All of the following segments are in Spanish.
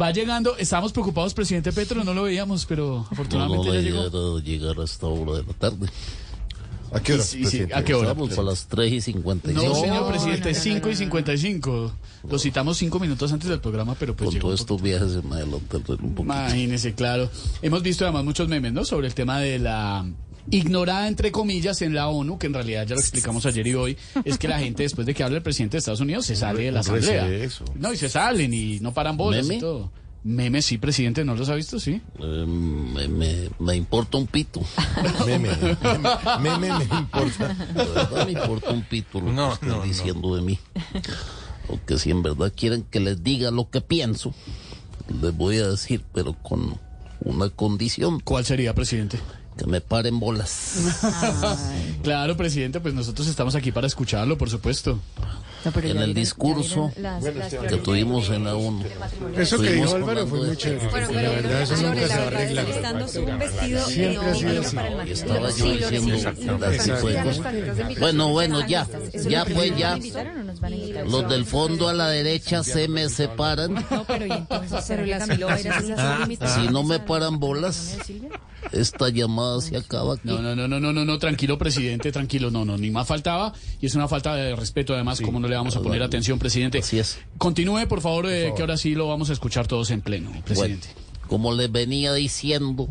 Va llegando, estábamos preocupados, presidente Petro, no lo veíamos, pero No, afortunadamente no, ya la idea llegó. era llegar a esta hora de la tarde. ¿A qué hora? Sí, sí, presidente? ¿a qué hora? Estamos a las 3 y No, 55. señor presidente, 5 y 55. Lo citamos cinco minutos antes del programa, pero pues Con llegó. todos un poco- estos viajes se me adelanta el reloj un poquito. Imagínese, claro. Hemos visto además muchos memes, ¿no? Sobre el tema de la ignorada, entre comillas, en la ONU, que en realidad ya lo explicamos ayer y hoy, es que la gente después de que habla el presidente de Estados Unidos se sale de la un receso. asamblea. No, y se salen y no paran bolas y ¿Meme? todo. Memes, sí, presidente, ¿no los ha visto? Sí. Eh, me, me- me importa un pito. Meme, meme, meme, me importa. La verdad me importa un pito lo que están diciendo de mí. Aunque si en verdad quieren que les diga lo que pienso, les voy a decir, pero con una condición, ¿Cuál sería, presidente? que me paren bolas. Claro, presidente, pues nosotros estamos aquí para escucharlo, por supuesto. No, pero En ya el diré- discurso ya diré las- las que tuvimos en la ONU. Eso que Estuvimos dijo Álvaro fue hablando muy de- chévere. Bueno, la pero verdad, eso Álvaro, nunca se la verdad, arregla. está listando su- un vestido Siempre ha sido neopreno así. para el matrimonio. Estaba yo Sí, lo diciendo recibí. las Sí, a los cosas. panitas de invitación. Bueno, bueno, ya, Eso ya es lo pues primero. ya. ¿Nos invitaron o no? nos van a invitar. Los del fondo a la derecha se me separan. No, pero y entonces, pero la Camilo va a ir a hacer una sobremesa. Ah, Si no me paran bolas, esta llamada se acaba No, no, aquí. no, no, no, no, no, tranquilo, presidente, tranquilo, no, no, ni más faltaba. Y es una falta de respeto, además, como no le vamos a poner atención, presidente. Así es. Continúe, por favor, eh, que ahora sí lo vamos a escuchar todos en pleno, Bueno, presidente. como les venía diciendo,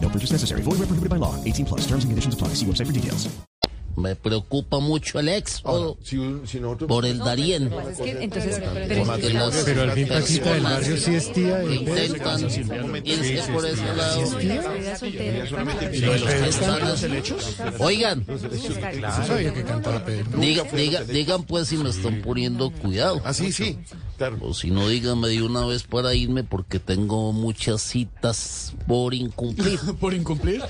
No purchase necessary. Void where prohibited by law. 18 plus. Terms and conditions apply. See website for details. me preocupa mucho el Ahora, éxodo si, un- si nosotros... por el Darién. Es que entonces, pero es Porque que las Pero al fin Paquita del personas Barrio sí es tía de Pedro. intentan irse por ese lado. la vida soltera, Personas- Oigan, Yo sabía que cantaba Pedro. diga- diga- digan pues si me están poniendo cuidado. Ah, sí, sí. Claro. O si no, dígame de una vez para irme porque tengo muchas citas por incumplir. ¿Por incumplir?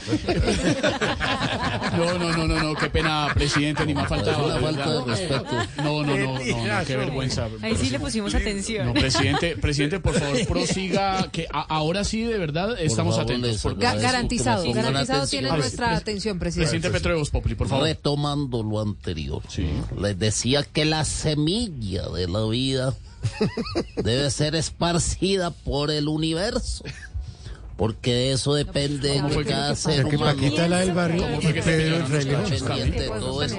no, no, no, no, no, qué pena, presidente, ni más Es faltaba. una falta de ¿verdad? respeto. No, no, no, no, no, qué vergüenza. ahí sí le pusimos atención. No, presidente, presidente, por favor, prosiga, que a- ahora sí, de verdad, estamos favor, atentos. les porque- agradezco. garantizado, Pongan garantizado atención. tiene Ahora sí, Pues, nuestra atención, presidente. Presidente Petro de Voz Populi, por favor. Retomando lo anterior, les decía que la semilla de la vida debe ser esparcida por el universo, porque de eso depende fue que- de cada ¿Cómo ser Que humano. Paquita la del barrio ¿Cómo y fue que se Pedro pelearon el los rey león. cachos? Pendiente de todo esto.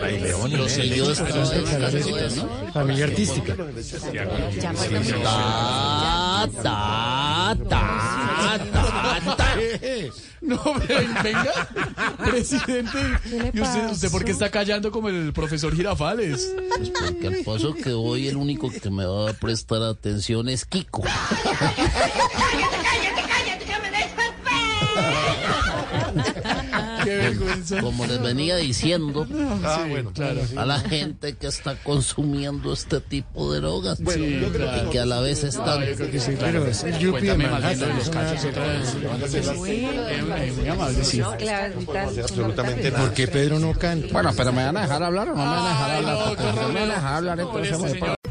pues, Los Yo electos estaba diciendo de- eso. Familia artística. Ta, Ah, ta, ta, ta, ta. Ah, eh, No, pero venga, presidente. ¿Y usted, usted por qué está callando como el profesor Girafales? Pues porque al paso que hoy el único que me va a prestar atención es Kiko. Qué vergüenza. Como les venía diciendo, Ah, bueno. Claro. a la gente que está consumiendo este tipo de drogas y que a la vez están Sí, Pero es el yuppie de Cuéntame más bien lo Manhattan. de los eso nada cachos que otra ver. vez. Eh, una- muy amable, sí. No, claro, vital, Absolutamente nada. ¿Por qué Pedro no canta? Bueno, pero ¿me van a dejar hablar o no me van a dejar hablar? Porque si no me van a dejar hablar, entonces me pongo-